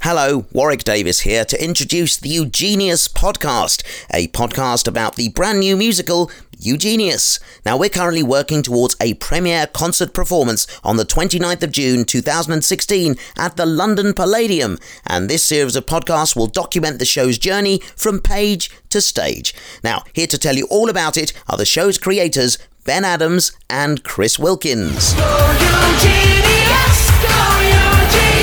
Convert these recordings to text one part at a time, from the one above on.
Hello, Warwick Davis here to introduce the Eugenius podcast, a podcast about the brand new musical Eugenius. Now, we're currently working towards a premiere concert performance on the 29th of June 2016 at the London Palladium, and this series of podcasts will document the show's journey from page to stage. Now, here to tell you all about it are the show's creators, Ben Adams and Chris Wilkins. Go Eugenius! Go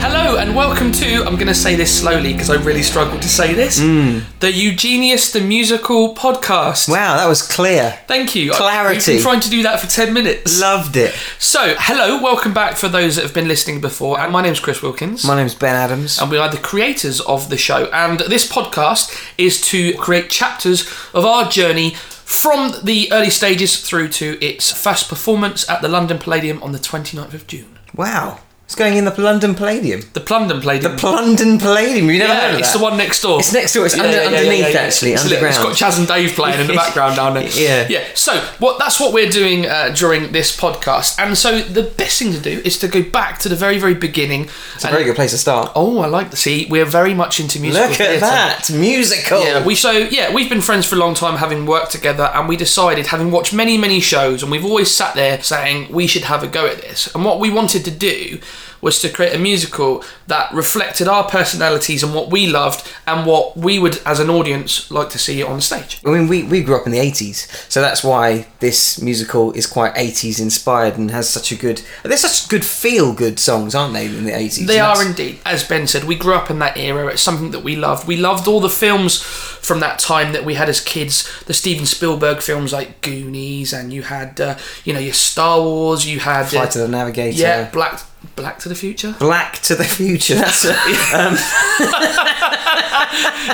Hello and welcome to. I'm going to say this slowly because I really struggled to say this. Mm. The Eugenius the Musical podcast. Wow, that was clear. Thank you. I- Clarity. We've been trying to do that for 10 minutes. Loved it. so, hello, welcome back for those that have been listening before. And my name's Chris Wilkins. My name's Ben Adams. and we are the creators of the show. And this podcast is to create chapters of our journey from the early stages through to its first performance at the London Palladium on the 29th of June. Wow. It's going in the London Palladium. The Plundon Palladium. The London Palladium. You never Yeah, heard of it's that? the one next door. It's next door. It's Yeah, under, yeah, yeah, underneath, yeah, yeah. actually, It's lit- underground. It's got Chaz and Dave playing in the background down there. Yeah. yeah. So what? That's what we're doing uh, during this podcast. And so the best thing to do is to go back to the very, very beginning. it's a very good place to start. Oh, I like the see. We're very much into musical Look at theatre. that. Musical. Yeah, we so yeah, we've been friends for a long time, having worked together, and we decided, having watched many many shows, and we've always sat there saying we should have a go at this. And what we wanted to do was to create a musical that reflected our personalities and what we loved and what we would, as an audience, like to see on stage. I mean, we, we grew up in the 80s, so that's why this musical is quite 80s inspired and has such a good. They're such good feel good songs, aren't they, in the 80s? They And are that's- indeed. As Ben said, we grew up in that era. It's something that we loved. We loved all the films from that time that we had as kids. The Steven Spielberg films like Goonies, and you had, uh, you know, your Star Wars. You had uh, Flight of the Navigator. Yeah, Black Black to the Future. Black to the Future. That's a,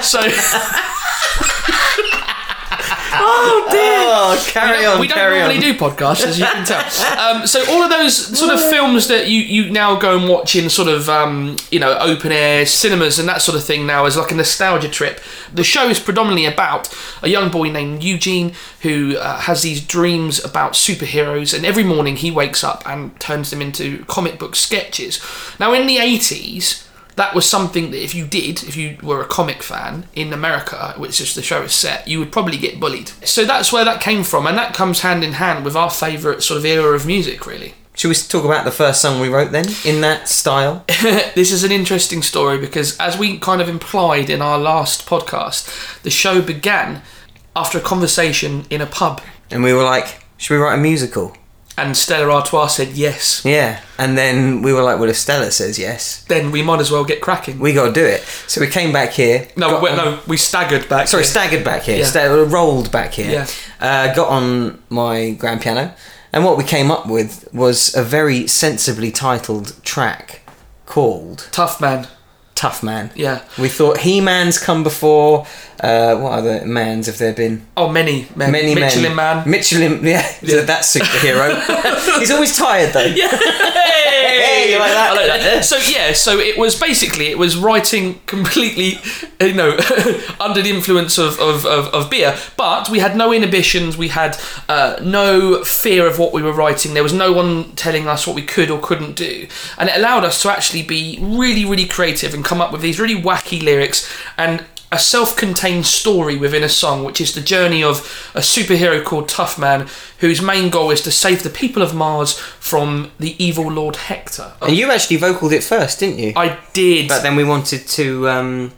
So oh, carry on, we don't carry normally on. do podcasts, as you can tell. Um, so all of those sort of films that you, you now go and watch in sort of um, you know open air cinemas and that sort of thing now is like a nostalgia trip. The show is predominantly about a young boy named Eugene who uh, has these dreams about superheroes, and every morning he wakes up and turns them into comic book sketches. Now in the eighties. that was something that if you did, if you were a comic fan in America, which is the show is set, you would probably get bullied. So that's where that came from, and that comes hand in hand with our favourite sort of era of music, really. Should we talk about the first song we wrote then, in that style? This is an interesting story because, as we kind of implied in our last podcast, the show began after a conversation in a pub, And we were like, should we write a musical? and Stella Artois said yes. Yeah. And then we were like, well, if Stella says yes, Then we might as well get cracking. we got to do it. So we came back here. No, got we, on- no, we staggered back. Sorry, here. staggered back here. Yeah. sta- rolled back here. Yeah. Uh, got on my grand piano. And what we came up with was a very sensibly titled track called tough man. Tough Man. Yeah. We thought He Man's come before. Uh, what other mans have there been? Oh, many men. Many Michelin men. man. Michelin, yeah, Yeah. that superhero. He's always tired though. Yeah. Hey, you like that? I like that. So yeah, so it was basically it was writing completely, you know, under the influence of, of, of, of beer. But we had no inhibitions. We had uh, no fear of what we were writing. There was no one telling us what we could or couldn't do, and it allowed us to actually be really, really creative and come up with these really wacky lyrics and a self-contained story within a song, which is the journey of a superhero called Tough Man, whose main goal is to save the people of Mars from the evil Lord Hector. And you actually vocaled it first, didn't you? I did. but then we wanted to um,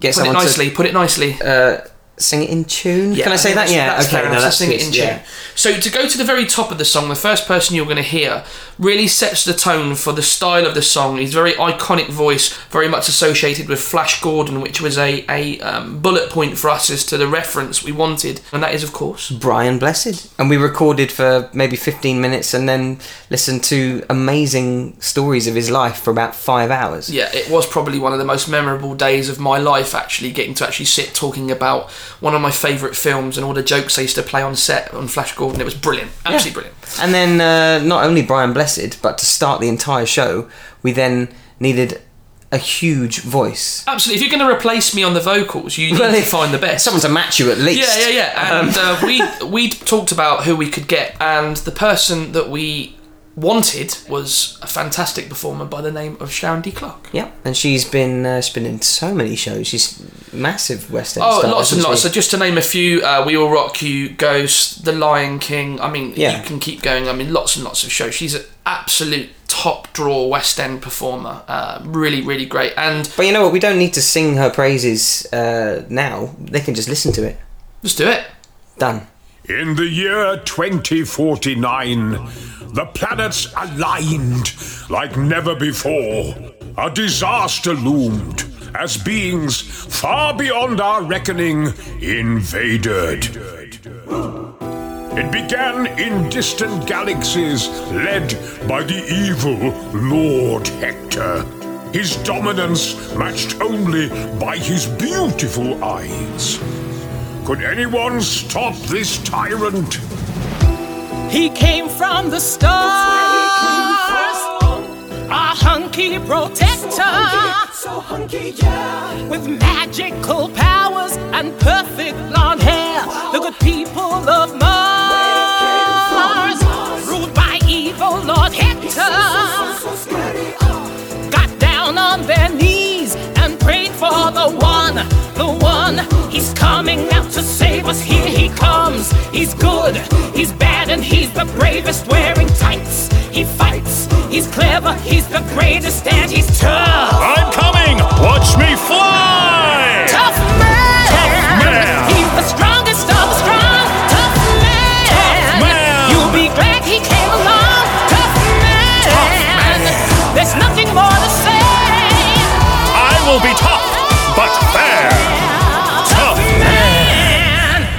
get put it someone nicely. Put it nicely. to uh, sing it in tune. Can I say that? that's- Yeah. that's okay. Clarence, no, to that's sing it good, in yeah. tune. So to go to the very top of the song, the first person you're going to hear really sets the tone for the style of the song. His very iconic voice, very much associated with Flash Gordon, which was a a um, bullet point for us as to the reference we wanted, and that is of course Brian Blessed, and we recorded for maybe 15 minutes, and then listened to amazing stories of his life for about five hours. Yeah, it was probably one of the most memorable days of my life. Actually, getting to actually sit talking about one of my favourite films and all the jokes I used to play on set on Flash Gordon. It was brilliant, absolutely brilliant. And then uh, not only Brian Blessed, but to start the entire show, we then needed a huge voice. Absolutely. If you're going to replace me on the vocals, you need Well, to if- Um, find the best. Someone to match you at least. Yeah, yeah, yeah. And uh, we we talked about who we could get, and the person that we wanted was a fantastic performer by the name of Sharon D. Clark. Yeah, and she's been uh, she's been in so many shows. She's massive West End. Oh, star, lots and isn't lots. she? So just to name a few, uh, We Will Rock You, Ghost, The Lion King. I mean, Yeah. you can keep going. I mean, lots and lots of shows. She's an absolute top draw West End performer. Uh, really, really great. And But you know what? We don't need to sing her praises uh, now. They can just listen to it. let's do it. Done. In the year 2049, the planets aligned like never before. A disaster loomed as beings far beyond our reckoning invaded. It began in distant galaxies, led by the evil Lord Hector. His dominance matched only by his beautiful eyes. Could anyone stop this tyrant? He came from the stars. A hunky protector. With magical powers and perfect blonde hair. The good people of Mars. Ruled by evil Lord Hector. Got down on their knees and prayed for the one. The one. He's coming out to save us. Here he comes. He's good. He's bad and he's the bravest wearing tights. He fights. He's clever. He's the greatest and he's tough. I'm coming! Watch me fly! Tough man. Tough man. He's the strongest of the strong. Tough man. Tough man. You'll be glad he came along. Tough man. There's nothing more to say. I will be tough, but fair! Tough man.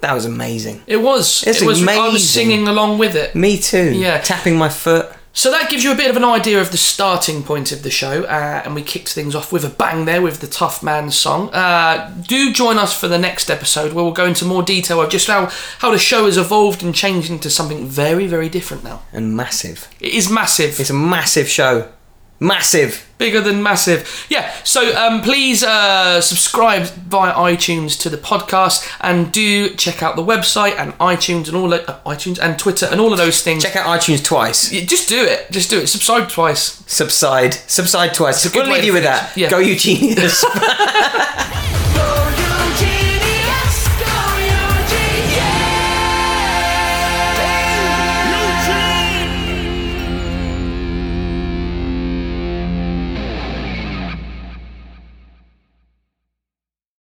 That was amazing. It was. It's it was. I amazing. was singing along with it. Me too. Yeah. Tapping my foot. So that gives you a bit of an idea of the starting point of the show, uh, and we kicked things off with a bang there with the Tough Man song. Uh, do join us for the next episode where we'll go into more detail of just how, how the show has evolved and changed into something very, very different now. And massive. It is massive. It's a massive show. Massive. bigger than massive. Yeah. So um, please uh, subscribe via iTunes to the podcast, and do check out the website and iTunes and all o- uh, iTunes and Twitter and all of those things. Check out iTunes twice. Yeah, just do it. Just do it. Subscribe twice. Subside. Subside twice. good We'll way leave to you with finish. that. Yeah. Go, you genius.